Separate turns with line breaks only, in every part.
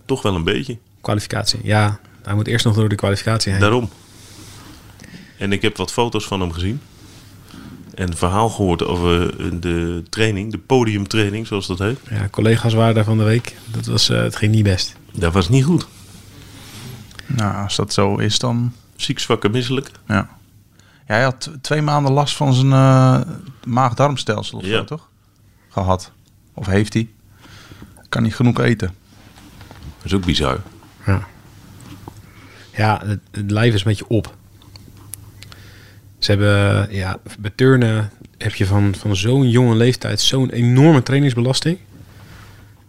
Toch wel een beetje.
Kwalificatie. Ja, hij moet eerst nog door de kwalificatie heen.
Daarom. En ik heb wat foto's van hem gezien. En een verhaal gehoord over eh, de training, de podiumtraining, zoals dat heet.
Ja, collega's waren daar van de week. Dat was, eh, het ging niet best.
Dat was niet goed.
Nou, als dat zo is, dan...
Ziek, zwak en misselijk.
Ja. ja, hij had t- twee maanden last van zijn eh, maag-darmstelsel of
Ja.
zo, toch? Gehad. Of heeft hij. Kan niet genoeg eten.
Dat is ook bizar.
Ja, ja het, het lijf is met je op. Ze hebben, ja, bij turnen heb je van, van zo'n jonge leeftijd zo'n enorme trainingsbelasting.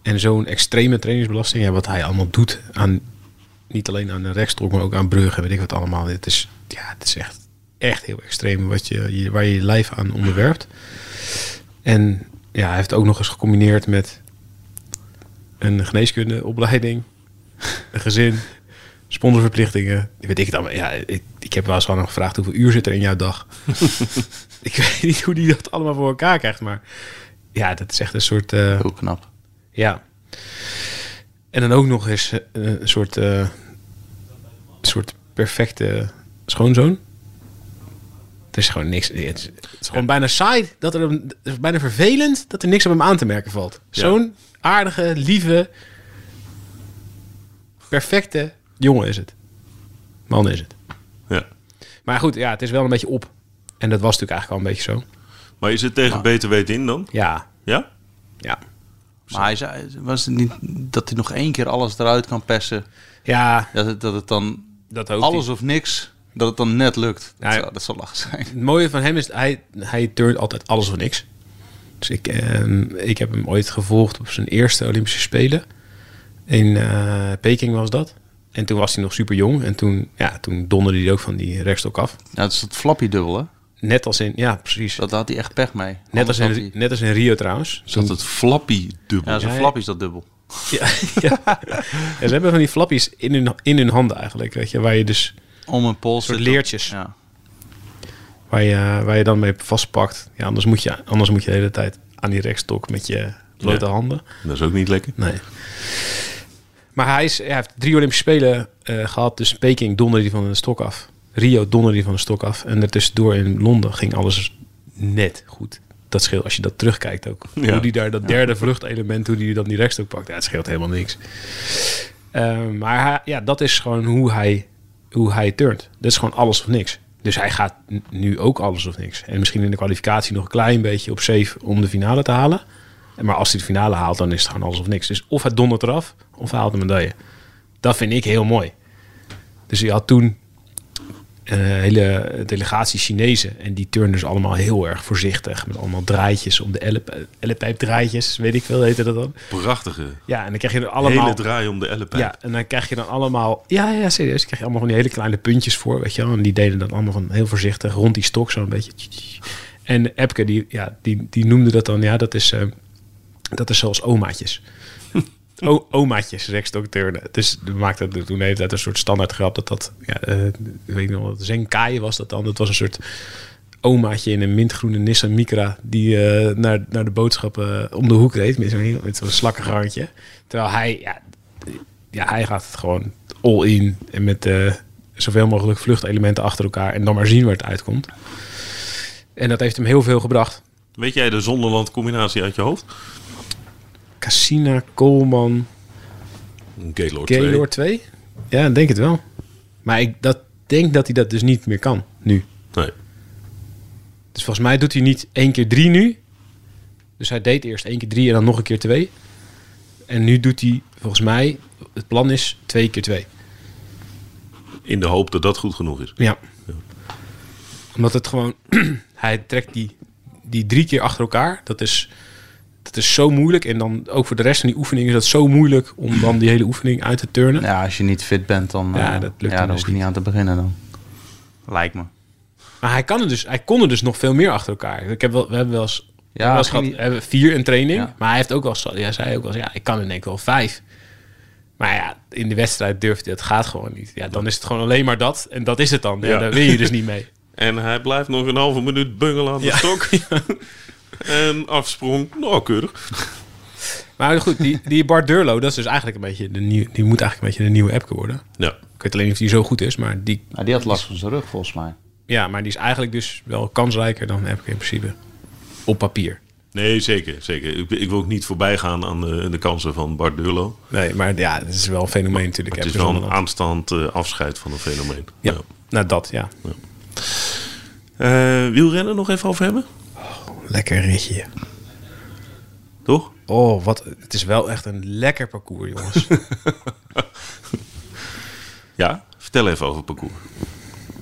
En zo'n extreme trainingsbelasting. Ja, wat hij allemaal doet aan, niet alleen aan de rekstok, maar ook aan bruggen, weet ik wat allemaal. Het is, ja, het is echt, echt heel extreem wat je, je, waar je je lijf aan onderwerpt. En ja, hij heeft het ook nog eens gecombineerd met een geneeskundeopleiding een gezin, sponsorverplichtingen. Weet ik het allemaal. Ja, ik, ik heb wel eens aan hem gevraagd hoeveel uur zit er in jouw dag. ik weet niet hoe die dat allemaal voor elkaar krijgt, maar ja, dat is echt een soort. eh,
Heel knap.
ja. En dan ook nog eens eh, een soort, eh, soort perfecte schoonzoon. Het is gewoon niks. Het is, het is gewoon bijna saai. Dat er, hem- het is bijna vervelend dat er niks op hem aan te merken valt. Zo'n aardige, lieve, perfecte jongen is het. Man is het.
Ja.
Maar goed, ja, het is wel een beetje op. En dat was natuurlijk eigenlijk al een beetje zo.
Maar je zit tegen beter weten in dan?
Ja,
Ja?
ja.
Maar hij zei, was het niet dat hij nog één keer alles eruit kan persen?
Ja,
Dat het, dat het dan
dat ook.
alles of niks, dat het dan net lukt. Dat,
Ja,
zou, dat zou lachen zijn.
Het mooie van hem is, hij, hij turnt altijd alles of niks. Dus ik, ehm, ik heb hem ooit gevolgd op zijn eerste Olympische Spelen. In eh, Peking was dat. En toen was hij nog super jong. En toen, ja, toen donderde hij ook van die rekstok af.
Ja, het is dat flappie dubbel, hè?
Net als in, ja precies.
Dat had hij echt pech mee.
net, als
Anders
in,
had hij-
net als in Rio trouwens.
Zat het flappy dubbel.
Ja, zo'n
Ja, ja.
flappie is dat dubbel.
Ja, ja. Ja, ze hebben van die flappies in hun, in hun handen eigenlijk. Weet je, waar je dus
Om een pols.
soort
zit dan-
leertjes.
Ja.
Waar je, waar je dan mee vastpakt. Ja, anders moet je, anders moet je de hele tijd aan die rekstok met je blote
Ja.
handen.
Dat is ook niet lekker.
Nee. Maar hij, is, hij heeft drie Olympische Spelen eh, gehad. Dus Peking donderde hij van de stok af. Rio donderde hij van de stok af. En ertussendoor in Londen ging alles net goed. Dat scheelt als je dat terugkijkt ook.
Ja.
Hoe die daar dat derde vluchtelement, hoe die dan die rechtstok pakt. Ja, het scheelt helemaal niks. Eh, maar hij- ja, dat is gewoon hoe hij, hoe hij turnt. Dat is gewoon alles of niks. Dus hij gaat n- nu ook alles of niks. En misschien in de kwalificatie nog een klein beetje op safe om de finale te halen. Maar als hij de finale haalt, dan is het gewoon alles of niks. Dus of het dondert eraf, of hij haalt een medaille. Dat vind ik heel mooi. Dus je had toen een hele delegatie Chinezen. En die turnen dus allemaal heel erg voorzichtig. Met allemaal draadjes om de elle- ellepijpdraadjes. Weet ik veel, heette dat dan.
Prachtige.
Ja, en dan krijg je er allemaal...
Hele draai om de ellepijp.
Ja, en dan krijg je dan allemaal... Ja, ja, serieus. Dan krijg je allemaal van die hele kleine puntjes voor, weet je wel. En die deden dan allemaal van heel voorzichtig rond die stok zo'n beetje. En Epke, die, ja, die, die noemde dat dan... Ja, dat is, eh, dat is zoals omaatjes. O, omaatjes, rekstok turnen. Dus die maakte er toen heeft dat een soort standaard grap dat dat... Ja, eh, ik weet niet wat Zenkai was dat dan. Dat was een soort omaatje in een mintgroene Nissan Micra... die eh, naar, naar de boodschappen om de hoek reed met zo'n, met zo'n slakkig handje. Terwijl hij, ja, ja, hij gaat het gewoon all in. En met eh, zoveel mogelijk vluchtelementen achter elkaar. En dan maar zien waar het uitkomt. En dat heeft hem heel veel gebracht.
Weet jij de Zonderland combinatie uit je hoofd?
Cassina, Coleman,
Gaylord 2.
Gaylord 2? Ja, ik denk het wel. Maar ik dat, denk dat hij dat dus niet meer kan nu.
Nee.
Dus volgens mij doet hij niet één keer drie nu. Dus hij deed eerst één keer drie en dan nog een keer twee. En nu doet hij, volgens mij, het plan is twee keer twee.
In de hoop dat dat goed genoeg is.
Ja. Omdat het gewoon... hij trekt die, die drie keer achter elkaar. Dat is, dat is zo moeilijk. En dan ook voor de rest van die oefening is dat zo moeilijk... om dan die hele oefening uit te turnen.
ja, als je niet fit bent, dan,
Ja,
eh,
dat lukt
ja,
hem
dan
dus
hoef je niet aan te beginnen dan. Lijkt me.
Maar hij, kan er dus, hij kon er dus nog veel meer achter elkaar. Ik heb wel, we hebben wel eens... we hebben wel eens
ging
gehad,
die-
we hebben vier in training.
Ja.
Maar hij heeft ook wel eens- Hij zei ook wel eens, ja, ik kan in één keer wel vijf. Maar ja, in de wedstrijd durft hij, het gaat gewoon niet. Ja, dan is het gewoon alleen maar dat. En dat is het dan. Ja,
Ja.
Daar win je dus niet mee.
En hij blijft nog een halve minuut bungelen aan de stok. en afsprong. Nou, keurig.
Maar goed, die, die Bart Durlo, dat is dus eigenlijk een beetje de nieuwe, die moet eigenlijk een beetje de nieuwe Epke worden.
Ja.
Ik weet alleen niet of die zo goed is, maar die,
Nou, die had last van zijn rug, volgens mij.
ja, maar die is eigenlijk dus wel kansrijker dan Epke in principe. Op papier.
Nee, zeker. zeker. Ik, ik wil ook niet voorbij gaan aan de, de kansen van Bart Durlo.
Nee, maar ja, het is wel een fenomeen natuurlijk.
Het is
Epke
wel een
Zonderland.
aanstaand eh, afscheid van een fenomeen.
Ja, nou dat, ja.
Eh, wielrennen nog even over hebben?
Lekker ritje.
Toch?
Oh, wat, het is wel echt een lekker parcours, jongens.
Ja. Vertel even over het parcours.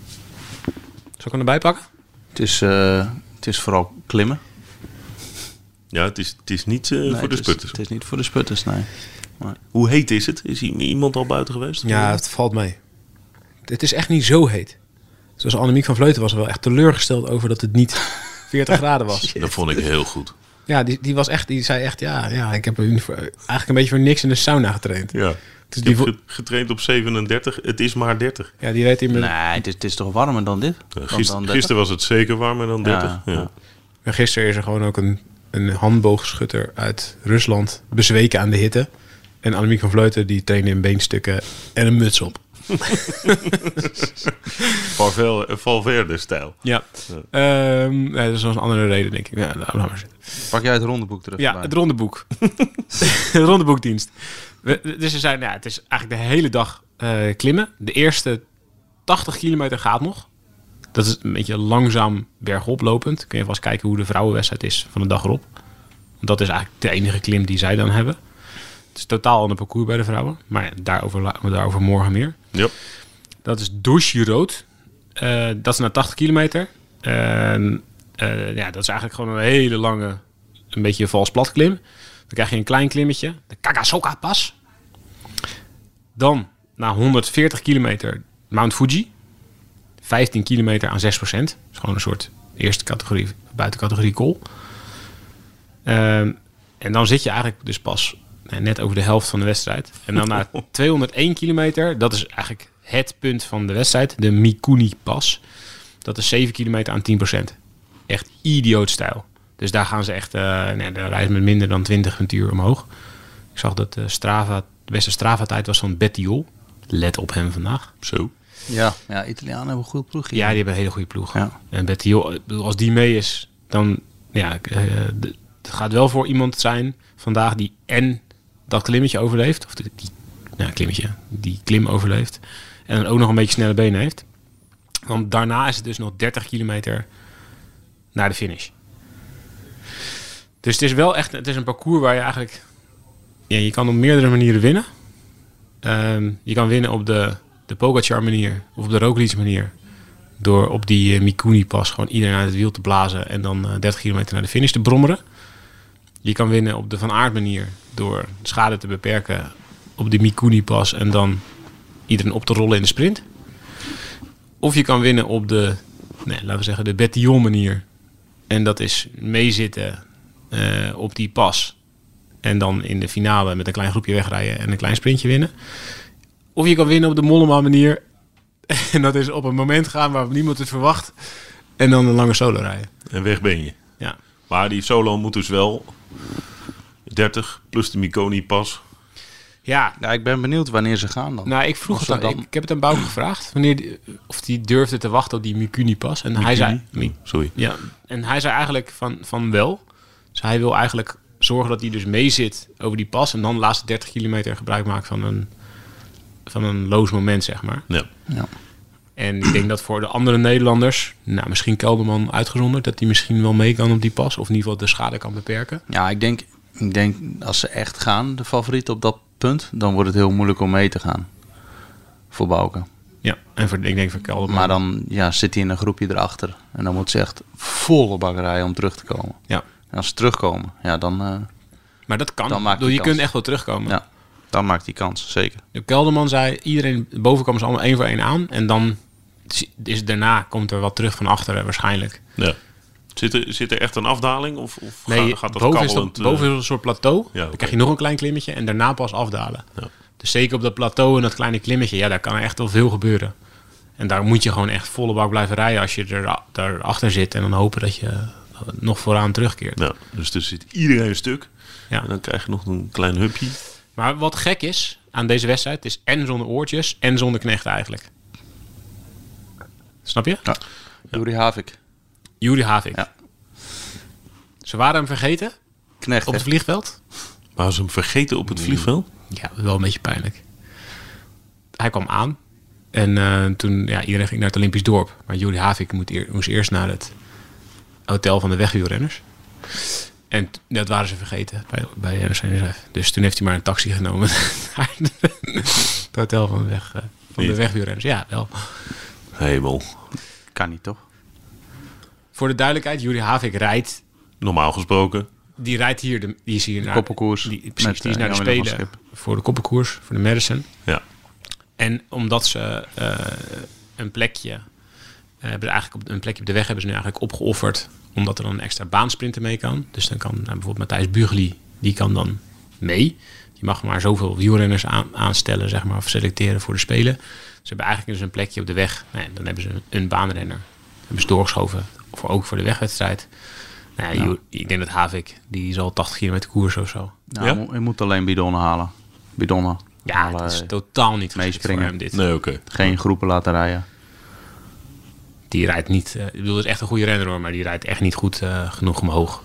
Zal ik hem erbij pakken?
Het is, eh, het is vooral klimmen.
Ja, het is, het is niet eh,
Nee,
voor de
het is-
sputters.
Het is niet voor de sputters, nee.
Hoe heet is het? Is i- iemand al buiten geweest?
Ja, het valt mee. Het is echt niet zo heet. Zoals Annemiek van Vleuten was er wel echt teleurgesteld over dat het niet 40 graden was.
Dat vond ik heel goed.
Ja, die, die, was echt, die zei echt, ja, ja ik heb er voor- eigenlijk een beetje voor niks in de sauna getraind.
Ja.
Dus
ik
die,
heb
vo-
ge- getraind op 37. Het is maar 30.
ja, die reed hier met...
Nee, het is, het is toch warmer dan dit?
Eh,
Dan-
gister-
dan dertig?
gisteren was het zeker warmer dan 30.
Ja,
Ja,
ja.
En Gisteren is er gewoon ook een, een handboogschutter uit Rusland bezweken aan de hitte. En Annemiek van Vleuten, die trainde in beenstukken en een muts op.
Valvel- eh, Valverde-stijl.
Ja. nee, Ehm, dat is wel een andere reden, denk ik. Ja, laat maar zitten.
Pak jij het rondeboek terug?
Ja,
erbij?
het rondeboek. de rondeboekdienst. We- dus ze zijn, nou, ja, het is eigenlijk de hele dag eh, klimmen. De eerste 80 kilometer gaat nog. Dat is een beetje langzaam bergop lopend. Kun je vast kijken hoe de vrouwenwedstrijd is van de dag erop. Want dat is eigenlijk de enige klim die zij dan hebben. Het is totaal ander parcours bij de vrouwen. Maar ja, daarover, la- daarover morgen meer.
Ja.
Dat is douche rood. Eh, dat is na 80 kilometer. En, eh, ja, dat is eigenlijk gewoon een hele lange, een beetje vals plat klim. Dan krijg je een klein klimmetje, de Kagasoka pas. Dan na 140 kilometer Mount Fuji. 15 kilometer aan 6 procent. Dat is gewoon een soort eerste categorie, buitencategorie call. Ehm, en dan zit je eigenlijk dus pas eh, net over de helft van de wedstrijd. En dan na 201 kilometer, dat is eigenlijk het punt van de wedstrijd, de Mikuni-pas. Dat is 7 kilometer aan 10 Echt idioot stijl. Dus daar gaan ze echt, eh nee, daar rijden ze met minder dan 20 een uur omhoog. Ik zag dat de Strava, de beste Strava-tijd was van Bettiol. Let op hem vandaag.
Zo.
Ja, ja Italianen hebben een goed ploegje.
Ja, die hebben een hele goede ploeg.
Ja.
En Betty Hill, ik bedoel, als die mee is, dan ja, ik, eh, d- het gaat wel voor iemand zijn vandaag die en dat klimmetje overleeft. Of die, die nou, klimmetje, die klim overleeft. En dan ook nog een beetje snelle benen heeft. Want daarna is het dus nog 30 kilometer naar de finish. Dus het is wel echt het is een parcours waar je eigenlijk... Ja, je kan op meerdere manieren winnen. Ehm, je kan winnen op de, de Pogacar manier of op de Roglic manier door op die eh, Mikuni pas gewoon iedereen uit het wiel te blazen en dan eh, 30 kilometer naar de finish te brommeren. Je kan winnen op de Van Aert manier door schade te beperken op die Mikuni pas en dan iedereen op te rollen in de sprint. Of je kan winnen op de, nee, laten we zeggen, de Betillon manier. En dat is meezitten eh, op die pas. En dan in de finale met een klein groepje wegrijden en een klein sprintje winnen. Of je kan winnen op de Mollema manier en dat is op een moment gaan waar niemand het verwacht. En dan een lange solo rijden.
En weg ben je.
Ja.
Maar die solo moet dus wel 30 plus de Miconi pas.
Ja,
Ja, ik ben benieuwd wanneer ze gaan dan.
nou, ik vroeg
Of
het
ze
aan, ik,
dan-
ik heb het aan Bouke gevraagd. Wanneer die- of die durfde te wachten op die Mikuni pas. En hij zei... Mi-
Sorry.
ja, en hij zei eigenlijk van, van wel. Dus hij wil eigenlijk zorgen dat hij dus mee zit over die pas. En dan de laatste 30 kilometer gebruik maakt van een, van een loos moment, zeg maar.
Ja.
Ja.
En ik denk dat voor de andere Nederlanders... Nou, misschien Kelderman uitgezonderd... dat hij misschien wel mee kan op die pas. Of in ieder geval de schade kan beperken.
Ja, ik denk, ik denk als ze echt gaan, de favoriet op dat punt, dan wordt het heel moeilijk om mee te gaan. Voor Bouke.
Ja, en voor, ik denk voor Kelderman.
Maar dan ja, zit hij in een groepje erachter. En dan moet ze echt volle bakkerij om terug te komen.
Ja,
En als ze terugkomen, ja, dan, eh,
maar dat kan.
Dan maakt
Ik bedoel,
die
je
kans.
kunt echt wel terugkomen.
ja, dan maakt hij kans, zeker.
De Kelderman zei, iedereen boven komen ze allemaal één voor één aan. En dan is- is daarna komt er wat terug van achteren waarschijnlijk.
ja. Zit, er, zit er echt een afdaling? Of, of ga-
Nee,
gaat dat
boven, is
kabbelend,
dat,
eh,
boven is een soort plateau. Dan
oké.
krijg je nog een klein klimmetje en daarna pas afdalen.
Ja.
Dus zeker op dat plateau en dat kleine klimmetje, ja, daar kan echt wel veel gebeuren. En daar moet je gewoon echt volle bak blijven rijden als je er, daarachter zit. En dan hopen dat je eh, nog vooraan terugkeert.
Ja, dus er zit iedereen stuk.
Ja.
En dan krijg je nog een klein hupje.
Maar wat gek is aan deze wedstrijd, het is en zonder oortjes en zonder knecht eigenlijk. Snap je?
Ja. Juri Havik,
Juri Havik.
Ja.
Ze waren hem vergeten
knecht.
op
hè?
het vliegveld.
Maar ze hem vergeten op het vliegveld?
Ja, wel een beetje pijnlijk. Hij kwam aan en eh, toen, ja, iedereen ging naar het Olympisch dorp. Maar Juri Havik moet eer- moest eerst naar het hotel van de wegwielrenners. En t- dat waren ze vergeten bij, bij NRC NSF. Dus toen heeft hij maar een taxi genomen naar het hotel van de, weg, eh, van de
Niet.
wegwielrenners. Ja, wel.
Hemel.
Kan niet, toch?
Voor de duidelijkheid, Juri Havik rijdt.
Normaal gesproken.
Die rijdt hier, de, die is hier naar
koppenkoers
Die,
met,
precies, die is
eh,
naar de
Jan-Willem van
Spelen voor de koppenkoers, voor de Madison.
Ja.
En omdat ze eh, een plekje eh, hebben, eigenlijk op, een plekje op de weg hebben ze nu eigenlijk opgeofferd, omdat er dan een extra baansprinter mee kan. Dus dan kan nou, bijvoorbeeld Matthijs Bugli, die kan dan mee. Die mag maar zoveel wielrenners aan, aanstellen, zeg maar, of selecteren voor de Spelen. Ze hebben eigenlijk dus een plekje op de weg. Nou, ja, dan hebben ze een, een baanrenner. Hebben ze doorgeschoven, voor, ook voor de wegwedstrijd. Nou, ja, je- Ik denk dat Havik, die zal 80 kilometer koers of zo.
Nou,
Ja?
je, moet, je moet alleen bidonnen halen. Bidonnen.
Ja,
Halen,
dat is
eh,
totaal niet geschikt voor
meespringen.
hem dit.
Nee, oké.
Geen groepen laten rijden.
Die rijdt niet... eh, ik bedoel, dat is echt een goede renner hoor, maar die rijdt echt niet goed eh, genoeg omhoog.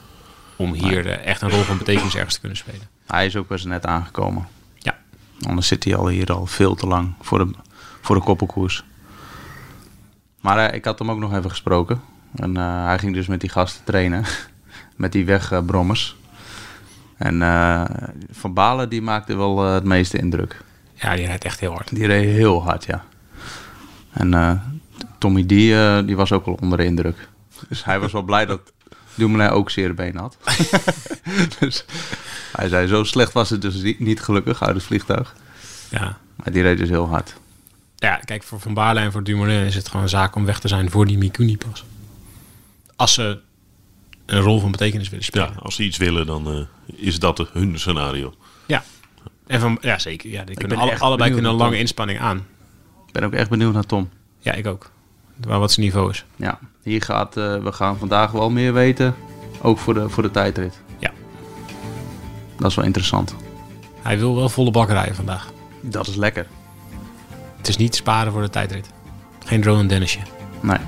Om hier eh, echt een rol van betekenis ergens te kunnen spelen.
Hij is ook best net aangekomen.
Ja,
Anders zit hij al hier al veel te lang voor de, voor de koppelkoers. Maar eh, ik had hem ook nog even gesproken. En eh, hij ging dus met die gasten trainen. met die wegbrommers. en eh, Van Balen die maakte wel eh, het meeste indruk.
Ja, die rijdt echt heel hard.
Die reed heel hard, ja. En eh, Tommy D, eh, die was ook wel onder de indruk. Dus hij was wel blij dat Dumoulin ook zere benen had. dus hij zei, zo slecht was het dus niet- niet gelukkig uit het vliegtuig.
Ja.
Maar die reed dus heel hard.
ja, kijk, voor Van Baarle en voor Dumoulin is het gewoon een zaak om weg te zijn voor die Mikuni pas. Als ze een rol van betekenis willen spelen.
Ja, als ze iets willen, dan eh, is dat hun scenario.
Ja, en van, ja zeker. Ja, die kunnen
ben
alle,
echt
allebei
benieuwd
kunnen een
naar
lange inspanning aan.
Ik ben ook echt benieuwd naar Tom.
Ja, ik ook. Maar wat zijn niveau is.
Ja, hier gaat, eh, we gaan vandaag wel meer weten. Ook voor de, voor de tijdrit.
Ja,
Dat is wel interessant.
hij wil wel volle bak rijden vandaag.
Dat is lekker.
Het is niet sparen voor de tijdrit. Geen drone Dennisje.
Nee.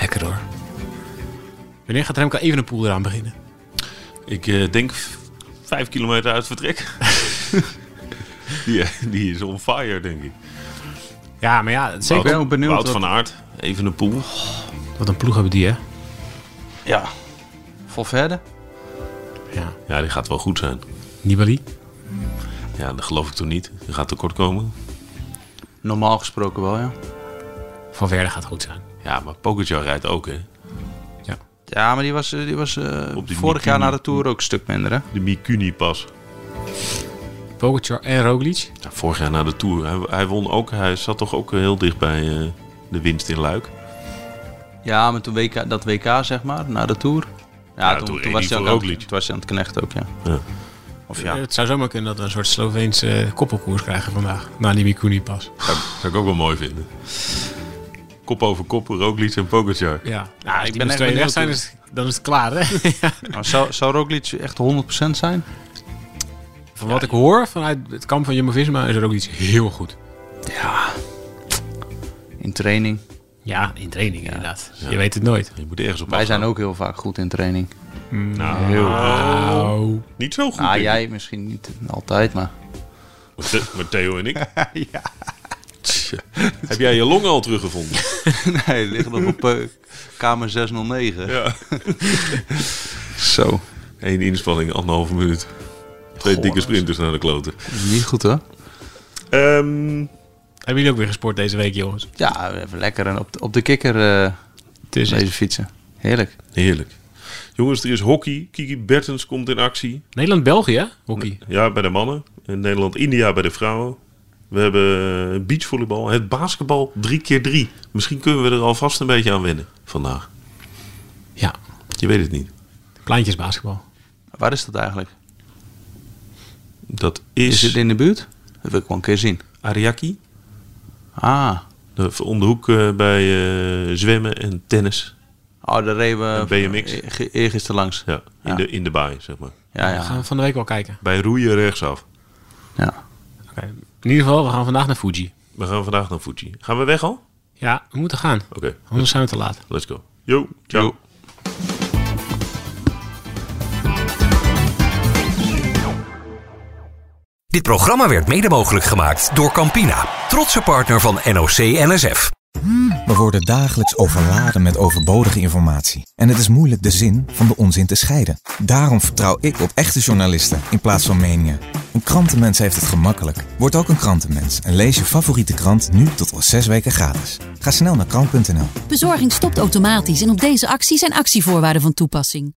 Lekker hoor. Wanneer gaat Remco even een poel eraan beginnen?
Ik eh, denk v- vijf kilometer uit vertrek. die, die is on fire, denk ik.
Ja, maar ja,
Ik
zeker.
ben ook benieuwd.
Wout
wat-
van Aert, even een poel.
Wat een ploeg hebben die, hè?
Ja. Valverde?
Ja.
Ja, die gaat wel goed zijn.
Nibali.
Ja, dat geloof ik toch niet. Die gaat tekort komen.
Normaal gesproken wel, ja.
Van Verde gaat goed zijn.
Ja, maar Pogacar rijdt ook, hè.
Ja, maar die was, eh, die was eh,
Op die
vorig jaar na
Mikuni.
de Tour ook een stuk minder, hè?
De Mikuni pas.
Pogacar en Roglic.
Ja, vorig jaar na de Tour. Hij, hij won ook. Hij zat toch ook heel dicht bij eh, de winst in Luik.
Ja, maar toen WK, dat WK, zeg maar, na de Tour. Ja,
Ja,
toen,
toen
toen
reed hij
was hij ook
voor
aan,
Roglic.
het- toen was hij aan het knechten ook, ja.
Ja.
Of ja,
Het zou zomaar kunnen dat we een soort Sloveense eh, koppelkoers krijgen vandaag. Na die Mikuni pas.
Zou, ik- zou ik ook wel mooi vinden. Kop over kop, Roglic en Pogacar.
Ja.
ik
als die met
ben echt
twee weg
benieuwd
zijn,
hoe-
is, dan is het klaar, hè? Ja.
maar zou, zou Roglic echt 100% zijn?
Van wat ik hoor vanuit het kamp van Jumbo-Visma is er ook iets heel goed.
In training.
Ja, in training inderdaad. Je weet het nooit.
Je moet ergens op
Wij zijn
afgaan.
ook heel vaak goed in training.
Nou,
Au.
niet zo goed.
Ah,
denk ik.
jij misschien niet altijd, maar...
Maar Th- Maar Theo en ik. Tja. Heb jij je longen al teruggevonden?
Nee, die liggen nog op eh, kamer 609.
Ja.
Zo.
Eén inspanning, anderhalve minuut. Twee dikke sprinters naar de kloten.
Niet goed, hè?
Ehm,
Hebben jullie ook weer gesport deze week, jongens?
Ja, even lekker en op de, op de kikker eh,
Het is
deze fietsen. Heerlijk.
heerlijk. Jongens, er is hockey. Kiki Bertens komt in actie.
Nederland-België, hockey.
Ja, bij de mannen. In Nederland, India bij de vrouwen. We hebben beachvolleybal. Het basketbal 3x3. Misschien kunnen we er alvast een beetje aan wennen vandaag.
Ja,
Je weet het niet.
kleintjesbasketbal.
Waar is dat eigenlijk?
Dat
Is
is,
het in de buurt? Dat wil ik wel een keer zien.
Ariaki.
Ah.
Eh, Om de hoek eh, bij eh, zwemmen en tennis.
Oh, daar reden we
Een BMX.
eh, ge- eergisteren langs.
Ja, in,
Ja.
De, in de baai, zeg maar.
Ja,
We
ja.
gaan van de week wel kijken.
Bij roeien rechtsaf.
ja.
Oké. In ieder geval, we gaan vandaag naar Fuji.
We gaan vandaag naar Fuji. Gaan we weg al? Oké,
Ja, we moeten gaan. Anders zijn we te laat.
let's go. Yo, ciao.
Yo.
Dit programma werd mede mogelijk gemaakt door Campina, trotse partner van NOC NSF.
We worden dagelijks overladen met overbodige informatie. En het is moeilijk de zin van de onzin te scheiden. Daarom vertrouw ik op echte journalisten in plaats van meningen. Een krantenmens heeft het gemakkelijk. Word ook een krantenmens en lees je favoriete krant nu tot al zes weken gratis. Ga snel naar krant.nl.
Bezorging stopt automatisch en op deze actie zijn actievoorwaarden van toepassing.